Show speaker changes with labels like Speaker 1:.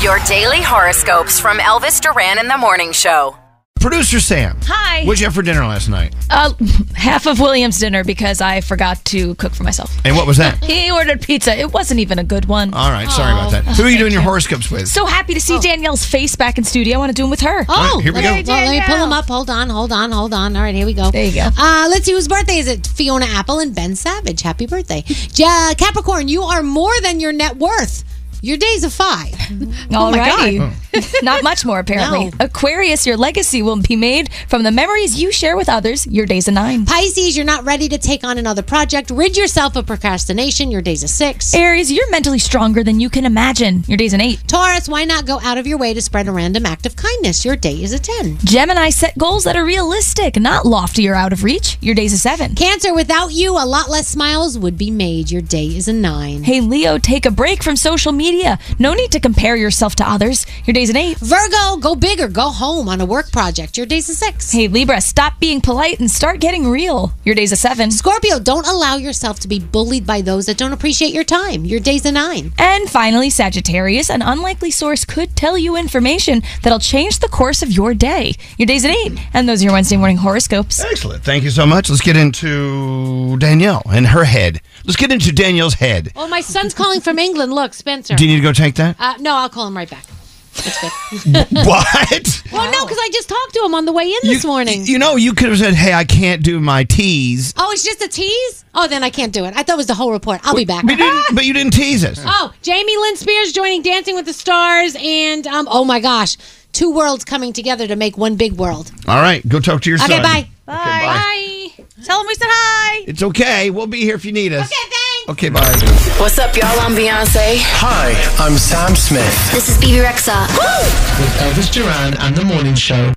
Speaker 1: Your daily horoscopes from Elvis Duran in the Morning Show.
Speaker 2: Producer Sam.
Speaker 3: Hi.
Speaker 2: What'd you have for dinner last night?
Speaker 3: Uh, half of William's dinner because I forgot to cook for myself.
Speaker 2: And what was that?
Speaker 3: He ordered pizza. It wasn't even a good one.
Speaker 2: All right, sorry about that. Who are you doing your horoscopes with?
Speaker 3: So happy to
Speaker 4: Oh.
Speaker 3: see Danielle's face back in studio. I want to do them with her.
Speaker 2: All right, here we go.
Speaker 4: Well, let me pull them up. Hold on, hold on, hold on. All right, here we go.
Speaker 3: There you go.
Speaker 4: Uh, let's see whose birthday is it. Fiona Apple and Ben Savage. Happy birthday, ja- Capricorn. You are more than your net worth. Your day's a five.
Speaker 3: All
Speaker 4: oh my
Speaker 3: righty.
Speaker 2: Oh.
Speaker 3: Not much more, apparently.
Speaker 4: No.
Speaker 3: Aquarius, your legacy will be made from the memories you share with others. Your day's a nine.
Speaker 4: Pisces, you're not ready to take on another project. Rid yourself of procrastination. Your day's a six.
Speaker 3: Aries, you're mentally stronger than you can imagine. Your day's an eight.
Speaker 4: Taurus, why not go out of your way to spread a random act of kindness? Your day is a 10.
Speaker 3: Gemini, set goals that are realistic, not lofty or out of reach. Your day's a seven.
Speaker 4: Cancer, without you, a lot less smiles would be made. Your day is a 9.
Speaker 3: Hey, Leo, take a break from social media. No need to compare yourself to others. Your day's an eight.
Speaker 4: Virgo, go big or go home on a work project. Your day's a 6.
Speaker 3: Hey, Libra, stop being polite and start getting real. Your day's a seven.
Speaker 4: Scorpio, don't allow yourself to be bullied by those that don't appreciate your time. Your day's a 9.
Speaker 3: And finally, Sagittarius, an unlikely source could tell you information that'll change the course of your day. Your day's an eight. And those are your Wednesday morning horoscopes.
Speaker 2: Excellent. Thank you so much. Let's get into Danielle and her head. Let's get into Danielle's head.
Speaker 4: Oh, my son's calling from England. Look, Spencer.
Speaker 2: Do you need to go take that?
Speaker 4: uh, no, I'll call him right back. It's good.
Speaker 2: what?
Speaker 4: well, no, because I just talked to him on the way in this
Speaker 2: You-
Speaker 4: morning.
Speaker 2: You know, you could have said, "Hey, I can't do my teas."
Speaker 4: oh, it's just a tease? Oh, then I can't do it. I thought it was the whole report. I'll be back.
Speaker 2: But you didn't, but you didn't tease us.
Speaker 4: Oh, Jamie Lynn Spears joining Dancing with the Stars, and um, oh my gosh, two worlds coming together to make one big world.
Speaker 2: All right, go talk to your
Speaker 4: Okay,
Speaker 2: son.
Speaker 4: bye.
Speaker 3: Bye. Tell them we said hi.
Speaker 2: It's okay. We'll be here if you need us.
Speaker 4: thanks.
Speaker 2: Okay, bye.
Speaker 1: What's up, y'all? I'm Beyonce.
Speaker 5: Hi, I'm Sam Smith
Speaker 6: This is BB Rexa.
Speaker 5: with Elvis Duran and the Morning Show.